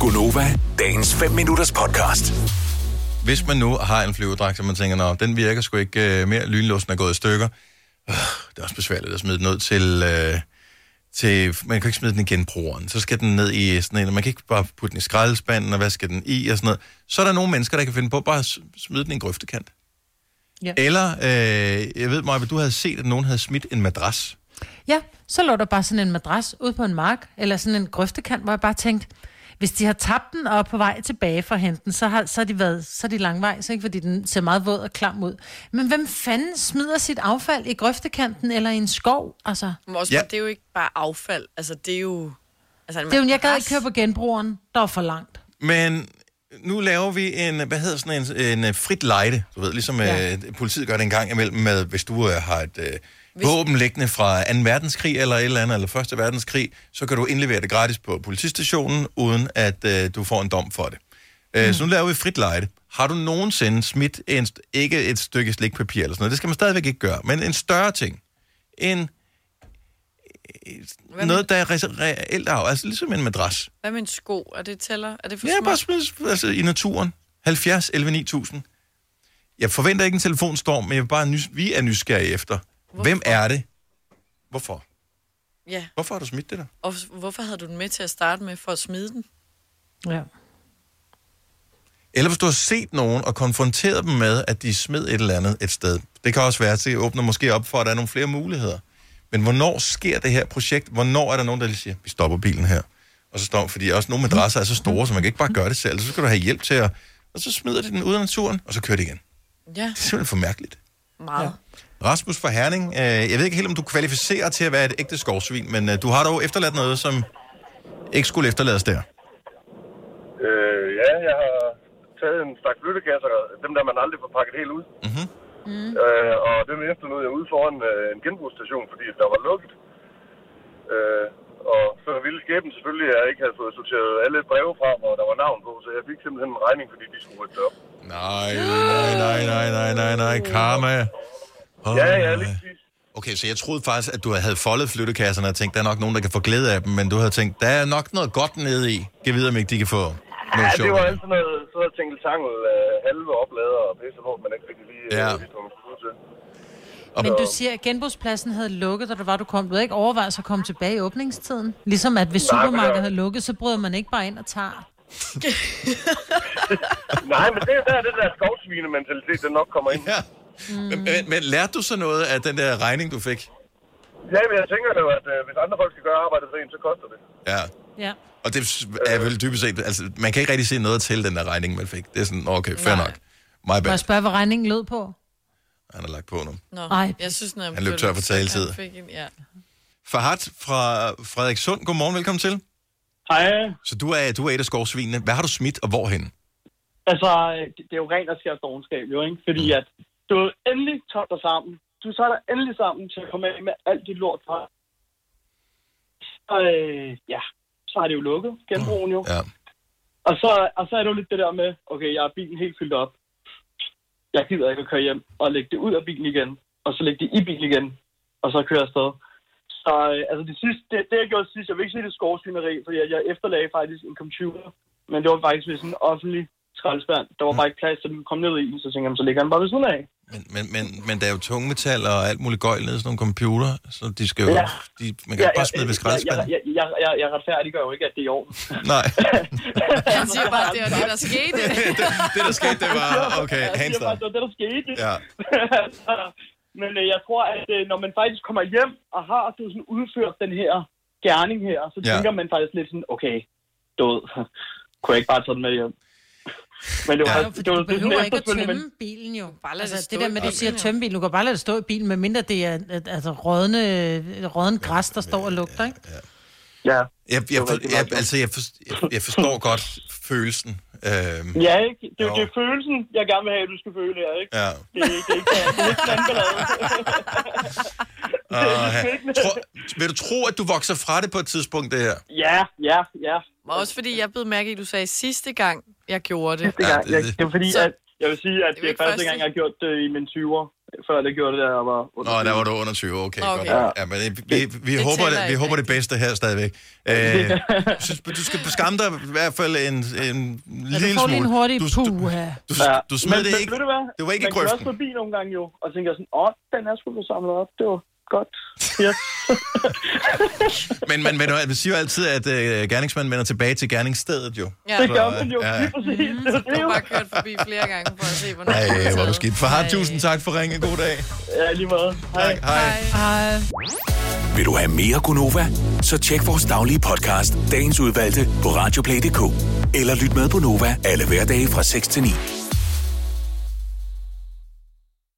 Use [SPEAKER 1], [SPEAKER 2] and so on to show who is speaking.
[SPEAKER 1] Gunova, dagens 5 minutters podcast.
[SPEAKER 2] Hvis man nu har en flyverdragt, og man tænker, at den virker sgu ikke øh, mere, lynlåsen er gået i stykker, øh, det er også besværligt at smide den ud til, øh, til... Man kan ikke smide den i genbrugeren. Så skal den ned i sådan en, og man kan ikke bare putte den i skraldespanden, og hvad skal den i, og sådan noget. Så er der nogle mennesker, der kan finde på bare at s- smide den i en grøftekant.
[SPEAKER 3] Ja.
[SPEAKER 2] Eller, øh, jeg ved, Maja, du havde set, at nogen havde smidt en madras.
[SPEAKER 3] Ja, så lå der bare sådan en madras ud på en mark, eller sådan en grøftekant, hvor jeg bare tænkte, hvis de har tabt den og er på vej tilbage for at hente den, så har, så har de været så er de langvejs, ikke? fordi den ser meget våd og klam ud. Men hvem fanden smider sit affald i grøftekanten eller i en skov? Altså,
[SPEAKER 4] Men også,
[SPEAKER 2] Ja.
[SPEAKER 4] ja. det er jo ikke bare affald. Altså, det er jo... Altså,
[SPEAKER 3] det er jo, jeg gad ikke køre på genbrugeren, der var for langt.
[SPEAKER 2] Men nu laver vi en, hvad hedder sådan en, en øh, frit lejde, du ved, ligesom ja.
[SPEAKER 3] Ja.
[SPEAKER 2] øh, politiet gør det en gang imellem med, hvis du øh, har et øh, våben liggende fra 2. verdenskrig eller et eller andet, eller 1. verdenskrig, så kan du indlevere det gratis på politistationen, uden at øh, du får en dom for det. Mm. Så nu laver vi frit lejde. Har du nogensinde smidt en, st- ikke et stykke slikpapir eller sådan noget, det skal man stadigvæk ikke gøre, men en større ting, en,
[SPEAKER 4] Hvad med-
[SPEAKER 2] noget, der er re- reelt af, altså ligesom en madras.
[SPEAKER 4] Hvad med en sko? Er det tæller? Er det for
[SPEAKER 2] Ja,
[SPEAKER 4] smart?
[SPEAKER 2] bare smid altså, i naturen. 70 11 9000. Jeg forventer ikke en telefonstorm, men jeg vil bare nys- vi er nysgerrige efter. Hvorfor? Hvem er det? Hvorfor?
[SPEAKER 4] Ja.
[SPEAKER 2] Hvorfor har du smidt det der?
[SPEAKER 4] Og hvorfor havde du den med til at starte med for at smide den?
[SPEAKER 3] Ja.
[SPEAKER 2] Eller hvis du har set nogen og konfronteret dem med, at de smed et eller andet et sted. Det kan også være, at det åbner måske op for, at der er nogle flere muligheder. Men hvornår sker det her projekt? Hvornår er der nogen, der lige siger, vi stopper bilen her? Og så står fordi også nogle madrasser er så store, så man kan ikke bare gøre det selv. Så skal du have hjælp til at... Og så smider de den ud af naturen, og så kører de igen. Det
[SPEAKER 4] Ja,
[SPEAKER 2] er simpelthen for mærkeligt.
[SPEAKER 4] meget.
[SPEAKER 2] Rasmus fra Herning, øh, jeg ved ikke helt, om du kvalificerer til at være et ægte skovsvin, men øh, du har dog efterladt noget, som ikke skulle efterlades der.
[SPEAKER 5] Øh, ja, jeg har taget en stak flyttekasser, dem der man aldrig får pakket helt ud.
[SPEAKER 2] Mhm.
[SPEAKER 5] Mm. Øh, og dem efterlod jeg ude foran øh, en genbrugsstation, fordi der var lukket. Øh, og så ville skæben selvfølgelig, at jeg ikke havde fået sorteret alle breve fra, hvor der var navn på, så jeg fik simpelthen en regning, fordi de skulle rykke op.
[SPEAKER 2] Nej, nej, nej, nej, nej, nej, nej, karma. Oh,
[SPEAKER 5] Ja, ja, lige præcis.
[SPEAKER 2] Okay, så jeg troede faktisk, at du havde foldet flyttekasserne og tænkt, der er nok nogen, der kan få glæde af dem, men du havde tænkt, der er nok noget godt nede i. Giv videre, om ikke de kan få
[SPEAKER 5] Ja,
[SPEAKER 2] noget
[SPEAKER 5] det
[SPEAKER 2] sjovt.
[SPEAKER 5] var altid noget, så jeg tænkte tangel, øh, halve oplader og pisse lort, man ikke rigtig lige øh,
[SPEAKER 2] Ja.
[SPEAKER 5] vidste, hvad man skulle bruge til.
[SPEAKER 2] Og-
[SPEAKER 3] Men du siger, at genbrugspladsen havde lukket, da du var, du kom. Du havde ikke overvejet at komme tilbage i åbningstiden. Ligesom at hvis
[SPEAKER 5] Nej, men
[SPEAKER 3] supermarkedet
[SPEAKER 5] jeg-
[SPEAKER 3] havde lukket, så bryder man ikke bare ind og tager.
[SPEAKER 5] Nej, men det er der, den der skovsvine-mentalitet, den nok kommer ind.
[SPEAKER 2] Ja. Men, men, men lærte du så noget af den der regning, du fik?
[SPEAKER 5] Ja, men jeg tænker jo, at øh, hvis andre folk skal gøre arbejdet for en, så koster det.
[SPEAKER 2] Ja.
[SPEAKER 3] Ja.
[SPEAKER 2] Og det er vel dybest set, altså man kan ikke rigtig se noget til den der regning, man fik. Det er sådan, okay, fair
[SPEAKER 4] Nej.
[SPEAKER 2] nok. My
[SPEAKER 3] Må jeg
[SPEAKER 2] bad.
[SPEAKER 3] spørge, hvad regningen lød på?
[SPEAKER 2] Han har lagt på nu.
[SPEAKER 4] Nå,
[SPEAKER 3] Ej.
[SPEAKER 4] jeg synes, når
[SPEAKER 2] Han løb tør for taletid.
[SPEAKER 4] Ja.
[SPEAKER 2] Farhat fra Frederikssund, godmorgen, velkommen til.
[SPEAKER 6] Hej.
[SPEAKER 2] Så du er, du er et af skovsvinene. Hvad har du smidt, og hvorhen?
[SPEAKER 6] Altså, det det er jo rent og skært dogenskab, jo, ikke? Fordi at du er endelig tolv dig sammen. Du tager dig endelig sammen til at komme af med alt dit lort fra. Så, øh, ja, så er det jo lukket, genbrugen jo.
[SPEAKER 2] Ja.
[SPEAKER 6] Og så, og så er det jo lidt det der med, okay, jeg har bilen helt fyldt op. Jeg gider ikke at køre hjem og lægge det ud af bilen igen. Og så lægge det i bilen igen. Og så køre afsted. Så øh, altså det, sidste, det, det, jeg gjorde sidst, jeg vil ikke sige det er skovsvineri, fordi jeg, jeg efterlagde faktisk en computer. Men det var faktisk ved sådan en offentlig skraldespand. Der
[SPEAKER 2] Mm.
[SPEAKER 6] var bare ikke plads, så den kom ned i den. Så tænkte jeg, "Jamen, så ligger den bare ved siden af.
[SPEAKER 2] Men, men, men, men der er jo tungmetal og alt muligt gøjl nede i sådan nogle computer, så de skal jo...
[SPEAKER 6] Ja.
[SPEAKER 2] De, man kan ja, bare smide ved
[SPEAKER 6] jeg,
[SPEAKER 2] skraldespanden.
[SPEAKER 6] jeg, jeg, jeg, jeg retfærdiggør jo ikke, at det er i orden.
[SPEAKER 2] Nej,
[SPEAKER 4] Han siger bare, at det er det, der skete.
[SPEAKER 2] det, det der skete, det var... Ah, Okay,
[SPEAKER 6] Jeg
[SPEAKER 2] hands
[SPEAKER 6] siger bare,
[SPEAKER 2] down.
[SPEAKER 6] det var det, der skete.
[SPEAKER 2] Ja.
[SPEAKER 6] Men øh, jeg tror, at øh, når man faktisk kommer hjem og har du ved, sådan udført den her gerning her, så
[SPEAKER 2] Ja.
[SPEAKER 6] ja. tænker man faktisk lidt sådan, okay, død. Kunne jeg ikke bare tage den med hjem? Men det var,
[SPEAKER 3] Ja,
[SPEAKER 6] ja,
[SPEAKER 3] jo,
[SPEAKER 6] det
[SPEAKER 3] fordi
[SPEAKER 6] var,
[SPEAKER 3] du
[SPEAKER 6] det var
[SPEAKER 3] behøver
[SPEAKER 6] sådan
[SPEAKER 3] ikke at
[SPEAKER 6] efterfølgende, men
[SPEAKER 3] tømme bilen jo.
[SPEAKER 4] Bare lad
[SPEAKER 3] altså,
[SPEAKER 4] det
[SPEAKER 3] det,
[SPEAKER 4] stå
[SPEAKER 3] der
[SPEAKER 4] i
[SPEAKER 3] med, at du
[SPEAKER 4] bilen,
[SPEAKER 3] siger
[SPEAKER 4] jo.
[SPEAKER 3] tømme bilen, du kan bare lade det stå i bilen, medmindre det er øh, altså, rådne, øh, rådne græs, der står og lugter, ikke?
[SPEAKER 6] ja.
[SPEAKER 2] Jeg, jeg, for, jeg, altså, jeg, for, jeg, jeg forstår godt følelsen. Øhm,
[SPEAKER 6] ja, ikke? Det er jo
[SPEAKER 2] Jo.
[SPEAKER 6] det er følelsen, jeg gerne vil have, at du skal føle her, ikke?
[SPEAKER 2] ja.
[SPEAKER 6] Det, er ikke- det, er ikke- det er ikke sådan en ballade.
[SPEAKER 2] Uh, tro, vil du tro, at du vokser fra det på et tidspunkt, det her?
[SPEAKER 6] Ja, ja, ja.
[SPEAKER 4] Men også fordi jeg blev mærke i, at du sagde sidste gang, jeg gjorde det.
[SPEAKER 6] Det,
[SPEAKER 2] Ja,
[SPEAKER 6] ja,
[SPEAKER 2] det-
[SPEAKER 6] det, det, det, var fordi,
[SPEAKER 4] Så
[SPEAKER 6] at Jeg vil sige, at
[SPEAKER 4] Det er
[SPEAKER 6] det,
[SPEAKER 4] jo
[SPEAKER 6] det er
[SPEAKER 4] ikke
[SPEAKER 6] første
[SPEAKER 4] første.
[SPEAKER 6] gang, jeg har gjort det i mine 20'er. Før jeg gjorde det, da jeg var under
[SPEAKER 2] Nå, der
[SPEAKER 6] 20.
[SPEAKER 2] var du under 20, okay,
[SPEAKER 4] Nå,
[SPEAKER 2] okay.
[SPEAKER 4] okay.
[SPEAKER 2] godt. Ja. Ja, men det- vi, vi, vi,
[SPEAKER 4] Det
[SPEAKER 2] håber,
[SPEAKER 4] tæller
[SPEAKER 2] det, vi
[SPEAKER 4] ikke
[SPEAKER 2] håber det
[SPEAKER 4] rigtigt.
[SPEAKER 2] bedste her stadigvæk. Øh, synes, du skal beskamme dig i hvert fald en, en
[SPEAKER 3] Ja,
[SPEAKER 2] lille
[SPEAKER 3] du får
[SPEAKER 2] smule.
[SPEAKER 3] Altså, lige en hurtig
[SPEAKER 2] du, du,
[SPEAKER 3] puha.
[SPEAKER 2] du,
[SPEAKER 6] Ja.
[SPEAKER 2] du smed
[SPEAKER 6] men,
[SPEAKER 2] det
[SPEAKER 6] men,
[SPEAKER 2] ikke.
[SPEAKER 6] Ved du hvad?
[SPEAKER 2] det var ikke i
[SPEAKER 6] Man kører
[SPEAKER 2] grøften.
[SPEAKER 6] også forbi nogle gange jo, og tænker sådan, åh, den er sgu blevet samlet op. Det var godt. Ja.
[SPEAKER 2] Men man, man, man siger jo altid, at øh, gerningsmanden vender tilbage til gerningsstedet jo.
[SPEAKER 4] Ja,
[SPEAKER 6] det
[SPEAKER 4] jeg
[SPEAKER 2] Så,
[SPEAKER 6] gør man jo
[SPEAKER 2] ja, ja.
[SPEAKER 6] lige præcis. Det er jo det,
[SPEAKER 4] har
[SPEAKER 6] jo.
[SPEAKER 4] bare kørt forbi flere gange for at se, hvornår den er
[SPEAKER 2] Ej, hvor er du
[SPEAKER 4] taget.
[SPEAKER 2] skidt. Far,
[SPEAKER 4] Ej.
[SPEAKER 2] tusind tak for ringen. God dag.
[SPEAKER 6] Ja, lige meget. Hej.
[SPEAKER 2] Hej.
[SPEAKER 3] Ej.
[SPEAKER 1] Vil du have mere Gunova? Så tjek vores daglige podcast, dagens udvalgte, på radioplay.dk. Eller lyt med på Nova alle hverdage fra 6 til 9.